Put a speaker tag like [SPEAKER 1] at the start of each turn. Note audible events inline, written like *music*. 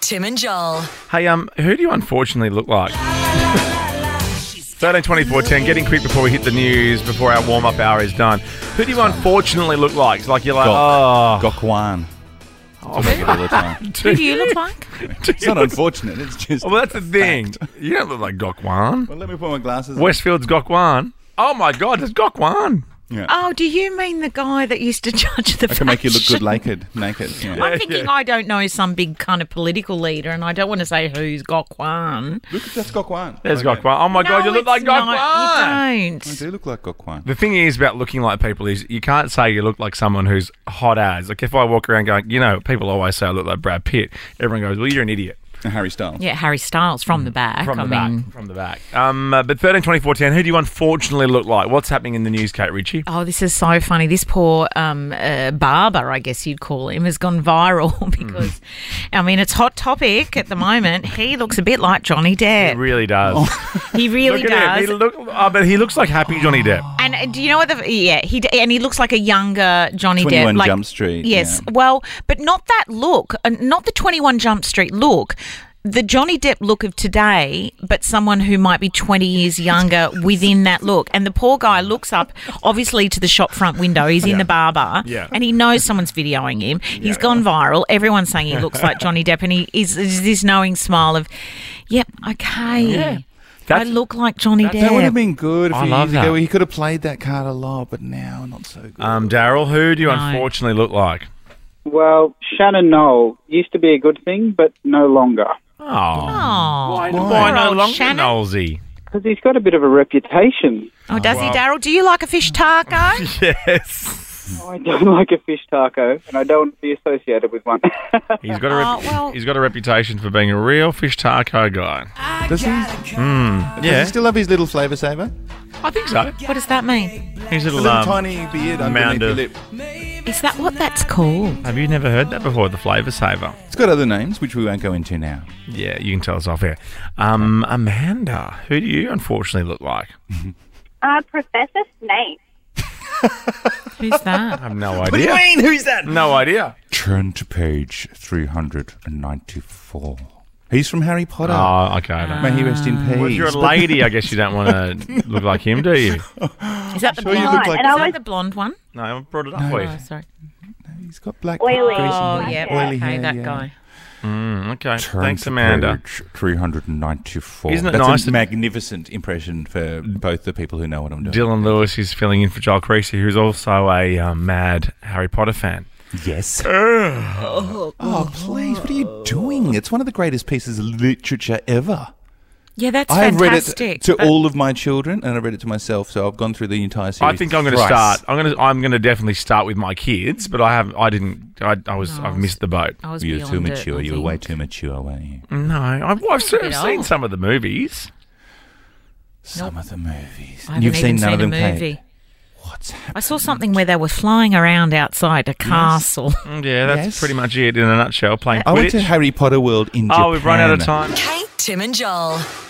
[SPEAKER 1] Tim and Joel.
[SPEAKER 2] Hey, um, who do you unfortunately look like? 13, 24, 10, getting quick before we hit the news, before our warm up hour is done. Who do you unfortunately look like? It's like you're like, *laughs* Ah.
[SPEAKER 3] Gok. Gokwan.
[SPEAKER 2] oh,
[SPEAKER 3] Talk about it all the time.
[SPEAKER 2] do
[SPEAKER 4] do you look like?
[SPEAKER 2] do
[SPEAKER 3] *laughs* It's
[SPEAKER 2] you
[SPEAKER 3] not
[SPEAKER 2] look-
[SPEAKER 3] unfortunate. It's just.
[SPEAKER 2] *laughs* Well, that's the thing. You don't look like Gokwan.
[SPEAKER 3] Well, let me put my glasses on.
[SPEAKER 2] Westfield's Gokwan. Oh my God, it's Gokwan.
[SPEAKER 4] Oh, do you mean the guy that used to judge the
[SPEAKER 3] I can make you look good
[SPEAKER 4] fashion?
[SPEAKER 3] naked. Naked. Yeah.
[SPEAKER 2] Yeah.
[SPEAKER 4] I'm thinking I don't know some big kind of political leader, and I don't want to say who's got Kwan.
[SPEAKER 3] Look, that's Gokwan.
[SPEAKER 2] There's Gokwan. Oh my God, you look like Gokwan.
[SPEAKER 4] You
[SPEAKER 3] I
[SPEAKER 4] don't.
[SPEAKER 3] do look like Gokwan. *laughs*
[SPEAKER 2] The thing is about looking like people is you can't say you look like someone who's hot as. Like if I walk around going, you know, people always say I look like Brad Pitt. Everyone goes, well, you're an idiot.
[SPEAKER 3] Harry Styles.
[SPEAKER 4] Yeah, Harry Styles from the back.
[SPEAKER 2] From
[SPEAKER 4] I
[SPEAKER 2] the
[SPEAKER 4] mean,
[SPEAKER 2] back. From the back. Um, uh, but 13, 24, 10, who do you unfortunately look like? What's happening in the news, Kate Ritchie?
[SPEAKER 4] Oh, this is so funny. This poor um, uh, barber, I guess you'd call him, has gone
[SPEAKER 2] Hmm.
[SPEAKER 4] viral *laughs* because, I mean, it's hot topic at the moment. He looks a bit like Johnny
[SPEAKER 2] It
[SPEAKER 4] Depp.
[SPEAKER 2] really does.
[SPEAKER 4] He *laughs* really
[SPEAKER 2] look at
[SPEAKER 4] does.
[SPEAKER 2] him. He look, oh, but he looks like happy Johnny Depp.
[SPEAKER 4] And uh, do you know what the yeah he d- and he looks like a younger Johnny
[SPEAKER 3] 21
[SPEAKER 4] Depp like
[SPEAKER 3] Jump Street,
[SPEAKER 4] Yes,
[SPEAKER 3] yeah.
[SPEAKER 4] well, but not that look, uh, not the Twenty One Jump Street look. The Johnny Depp look of today, but someone who might be 20 years younger within that look. And the poor guy looks up, obviously, to the shop front window. He's in the barber.
[SPEAKER 2] Yeah.
[SPEAKER 4] And he knows someone's videoing him. He's gone viral. Everyone's saying he looks like Johnny Depp. And he is, is this knowing smile of, yep, okay. I
[SPEAKER 2] That's-
[SPEAKER 4] look like Johnny Depp.
[SPEAKER 3] That would have been good a
[SPEAKER 2] I
[SPEAKER 3] few
[SPEAKER 2] love
[SPEAKER 3] years ago.
[SPEAKER 2] that.
[SPEAKER 3] He could have played that card a lot, but now not so good.
[SPEAKER 2] Um, Daryl, who do you
[SPEAKER 4] No.
[SPEAKER 2] unfortunately look like?
[SPEAKER 5] Well, Shannon Knoll used to be a good thing, but no longer.
[SPEAKER 2] Oh.
[SPEAKER 4] Oh,
[SPEAKER 2] Why, why
[SPEAKER 3] Why?
[SPEAKER 4] Poor
[SPEAKER 2] no
[SPEAKER 4] old
[SPEAKER 2] longer
[SPEAKER 4] Shannon. *laughs*
[SPEAKER 2] Knowlesy?
[SPEAKER 5] Because he's got a bit of a reputation.
[SPEAKER 4] Oh, does he,
[SPEAKER 2] wow.
[SPEAKER 4] Daryl? Do you like a fish
[SPEAKER 3] *laughs*
[SPEAKER 4] taco?
[SPEAKER 2] Yes.
[SPEAKER 5] I don't *laughs* like a fish taco, and I don't want to be associated with one. *laughs*
[SPEAKER 2] He's got, a rep-
[SPEAKER 4] Oh, well-
[SPEAKER 2] he's got a reputation for being a real fish taco guy.
[SPEAKER 3] Does he,
[SPEAKER 4] Uh,
[SPEAKER 3] does he still have his little flavour saver?
[SPEAKER 2] I think so.
[SPEAKER 4] what does that mean?
[SPEAKER 2] He's a
[SPEAKER 3] The
[SPEAKER 2] little,
[SPEAKER 3] little
[SPEAKER 2] um,
[SPEAKER 3] tiny beard underneath
[SPEAKER 2] mound
[SPEAKER 3] your
[SPEAKER 2] of-
[SPEAKER 3] lip.
[SPEAKER 4] Is that what that's called?
[SPEAKER 2] Have you never heard that before? The flavour saver.
[SPEAKER 3] It's got other names, which we won't go into now.
[SPEAKER 2] Yeah, you can tell us off here. Um, Amanda, who do you unfortunately look like?
[SPEAKER 6] Uh, Professor Snape.
[SPEAKER 4] *laughs* Who's that?
[SPEAKER 2] I have *laughs* no idea.
[SPEAKER 3] mean? Who's that?
[SPEAKER 2] No idea.
[SPEAKER 3] Turn to page 394. He's from Harry Potter.
[SPEAKER 2] Oh, okay. I don't.
[SPEAKER 3] May he rest in peace.
[SPEAKER 2] Well, if you're a
[SPEAKER 3] But-
[SPEAKER 2] lady, I guess you don't want to look like him, do you?
[SPEAKER 4] Is that the
[SPEAKER 3] sure you
[SPEAKER 4] blonde?
[SPEAKER 3] look
[SPEAKER 4] Is
[SPEAKER 3] like-
[SPEAKER 6] And I
[SPEAKER 4] that
[SPEAKER 6] was-
[SPEAKER 4] the blonde one?
[SPEAKER 2] No, I brought it up for you.
[SPEAKER 4] Oh, sorry.
[SPEAKER 3] He's got black
[SPEAKER 6] Oily.
[SPEAKER 3] greasy
[SPEAKER 4] Oh,
[SPEAKER 3] hair.
[SPEAKER 4] yeah.
[SPEAKER 3] Oily
[SPEAKER 4] Okay,
[SPEAKER 3] hair,
[SPEAKER 4] that
[SPEAKER 3] yeah.
[SPEAKER 4] guy.
[SPEAKER 2] Mm, okay.
[SPEAKER 3] Turn
[SPEAKER 2] Thanks,
[SPEAKER 3] to
[SPEAKER 2] Amanda.
[SPEAKER 3] page 394.
[SPEAKER 2] Isn't it
[SPEAKER 3] That's
[SPEAKER 2] nice
[SPEAKER 3] a
[SPEAKER 2] that-
[SPEAKER 3] magnificent impression for both the people who know what I'm doing.
[SPEAKER 2] Dylan Lewis is filling in for Joel Creasy, who's also a um, mad Harry Potter fan.
[SPEAKER 3] Yes. Oh, please. What are you doing? It's one of the greatest pieces of literature ever.
[SPEAKER 4] Yeah, that's
[SPEAKER 3] I've read it
[SPEAKER 4] fantastic.
[SPEAKER 3] to
[SPEAKER 4] but-
[SPEAKER 3] all of my children and I read it to myself, so I've gone through the entire series.
[SPEAKER 2] I think I'm going to
[SPEAKER 3] thrice.
[SPEAKER 2] start. I'm going to. I'm going to definitely start with my kids, but I have. I didn't. I, I was. I've missed the boat.
[SPEAKER 4] I was
[SPEAKER 3] You're too
[SPEAKER 4] beyond it,
[SPEAKER 3] mature.
[SPEAKER 4] I
[SPEAKER 3] You were way
[SPEAKER 4] think.
[SPEAKER 3] too mature, weren't you?
[SPEAKER 2] No, I've, I've sort of
[SPEAKER 4] bit
[SPEAKER 2] seen
[SPEAKER 4] old.
[SPEAKER 2] some of the movies.
[SPEAKER 3] Some of the movies.
[SPEAKER 4] I haven't
[SPEAKER 3] You've
[SPEAKER 4] even
[SPEAKER 3] seen none
[SPEAKER 4] seen
[SPEAKER 3] of them,
[SPEAKER 4] a
[SPEAKER 3] Kate?
[SPEAKER 4] movie.
[SPEAKER 3] What's happening?
[SPEAKER 4] I saw something where they were flying around outside a castle.
[SPEAKER 2] Mm, Yeah, that's
[SPEAKER 3] Yes.
[SPEAKER 2] pretty much it in a nutshell. Playing
[SPEAKER 3] I went to
[SPEAKER 2] Quidditch.
[SPEAKER 3] Oh, Harry Potter World in Japan.
[SPEAKER 2] Oh, we've run out of time.
[SPEAKER 1] Kate, Tim and Joel.